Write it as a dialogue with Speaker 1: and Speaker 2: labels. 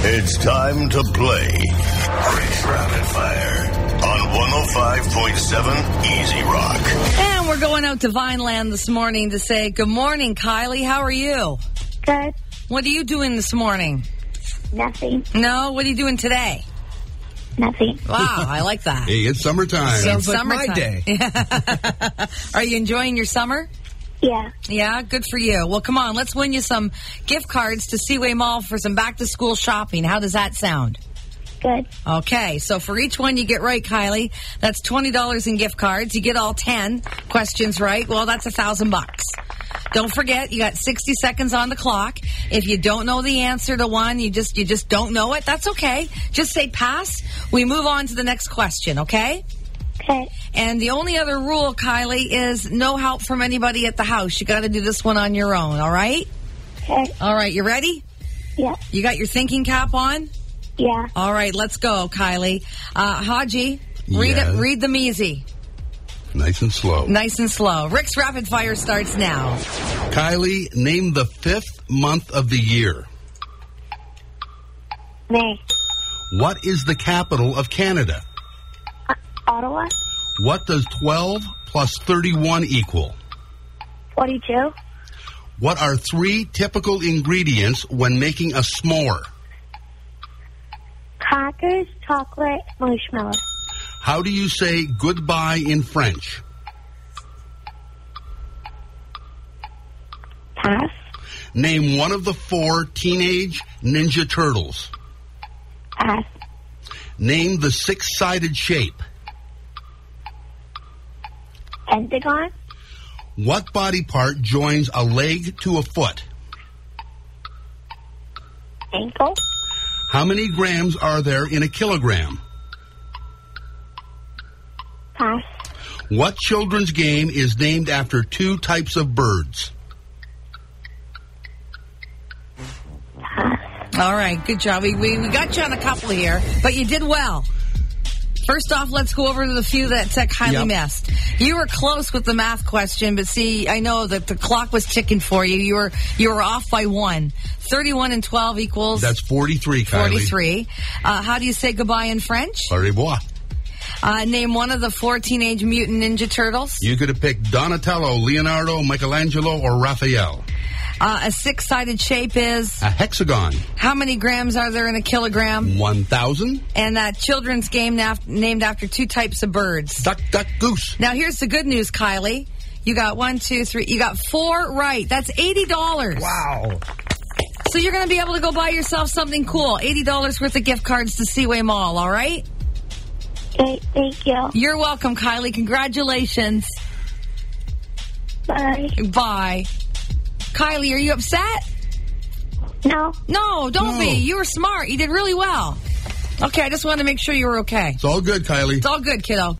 Speaker 1: It's time to play Rick's Rapid Fire oh on 105.7 Easy Rock.
Speaker 2: And we're going out to Vineland this morning to say good morning, Kylie. How are you?
Speaker 3: Good.
Speaker 2: What are you doing this morning?
Speaker 3: Nothing.
Speaker 2: No, what are you doing today?
Speaker 3: Nothing.
Speaker 2: Wow, I like that.
Speaker 4: Hey, it's summertime.
Speaker 2: It's summertime. are you enjoying your summer?
Speaker 3: Yeah.
Speaker 2: Yeah, good for you. Well, come on, let's win you some gift cards to Seaway Mall for some back to school shopping. How does that sound?
Speaker 3: Good.
Speaker 2: Okay, so for each one you get right, Kylie, that's twenty dollars in gift cards. You get all ten questions right. Well, that's a thousand bucks. Don't forget, you got sixty seconds on the clock. If you don't know the answer to one, you just you just don't know it. That's okay. Just say pass. We move on to the next question. Okay.
Speaker 3: Okay.
Speaker 2: And the only other rule, Kylie, is no help from anybody at the house. You got to do this one on your own. All right.
Speaker 3: Okay.
Speaker 2: All right. You ready?
Speaker 3: Yeah.
Speaker 2: You got your thinking cap on.
Speaker 3: Yeah.
Speaker 2: All right, let's go, Kylie. Uh, Haji, read
Speaker 4: Yes.
Speaker 2: it. Read them easy,
Speaker 4: Nice and slow.
Speaker 2: nice and slow. Rick's rapid fire starts now.
Speaker 4: Kylie, name the fifth month of the year.
Speaker 3: May.
Speaker 4: What is the capital of Canada?
Speaker 3: Uh, Ottawa.
Speaker 4: What does 12 plus 31 equal?
Speaker 3: 42.
Speaker 4: What are three typical ingredients when making a s'more?
Speaker 3: Crackers, chocolate, marshmallow.
Speaker 4: How do you say goodbye in French?
Speaker 3: Pass.
Speaker 4: Name one of the four teenage ninja turtles.
Speaker 3: Pass.
Speaker 4: Name the six sided shape.
Speaker 3: Pentagon.
Speaker 4: What body part joins a leg to a foot?
Speaker 3: Ankle.
Speaker 4: How many grams are there in a kilogram?
Speaker 3: Pass.
Speaker 4: What children's game is named after two types of birds?
Speaker 2: All right, good job. We, we, we got you on a couple here, but you did well. First off, let's go over to the few that Tech highly
Speaker 4: Yep.
Speaker 2: missed. You were close with the math question, but see, I know that the clock was ticking for you. You were you were off by one. Thirty-one and twelve equals
Speaker 4: That's 43, Kylie.
Speaker 2: forty-three. Uh, how do you say goodbye in French?
Speaker 4: Au revoir.
Speaker 2: Uh, name one of the four Teenage Mutant Ninja Turtles.
Speaker 4: You could have picked Donatello, Leonardo, Michelangelo, or Raphael.
Speaker 2: Uh, a six-sided shape is
Speaker 4: A hexagon,
Speaker 2: how many grams are there in a kilogram?
Speaker 4: 1,000.
Speaker 2: And that children's game naf- named after two types of birds.
Speaker 4: Duck, duck, goose.
Speaker 2: Now here's the good news, Kylie. You got one, two, three. You got four right. That's eighty dollars.
Speaker 4: Wow.
Speaker 2: So you're going to be able to go buy yourself something cool. Eighty dollars worth of gift cards to Seaway Mall. All right.
Speaker 3: Okay. Thank you.
Speaker 2: You're welcome, Kylie. Congratulations.
Speaker 3: Bye.
Speaker 2: Bye. Kylie, are you upset?
Speaker 3: No.
Speaker 2: No, don't
Speaker 4: No.
Speaker 2: be. You were smart. You did really well. Okay, I just wanted to make sure you were okay.
Speaker 4: It's all good, Kylie.
Speaker 2: It's all good, kiddo.